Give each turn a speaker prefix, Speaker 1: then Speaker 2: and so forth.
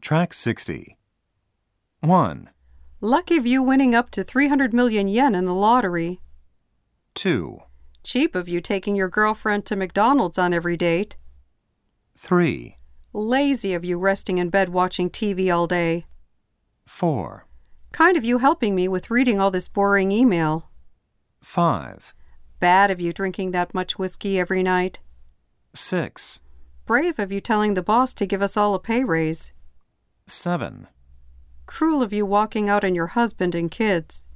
Speaker 1: Track 60. 1,
Speaker 2: Lucky of you winning up to 300 million yen in the lottery.
Speaker 1: 2,
Speaker 2: Cheap of you taking your girlfriend to McDonald's on every date.
Speaker 1: 3,
Speaker 2: Lazy of you resting in bed watching TV all day.
Speaker 1: 4,
Speaker 2: Kind of you helping me with reading all this boring email.
Speaker 1: 5,
Speaker 2: Bad of you drinking that much whiskey every night.
Speaker 1: 6,
Speaker 2: Brave of you telling the boss to give us all a pay raise.
Speaker 1: 7.
Speaker 2: Cruel of you walking out on your husband and kids.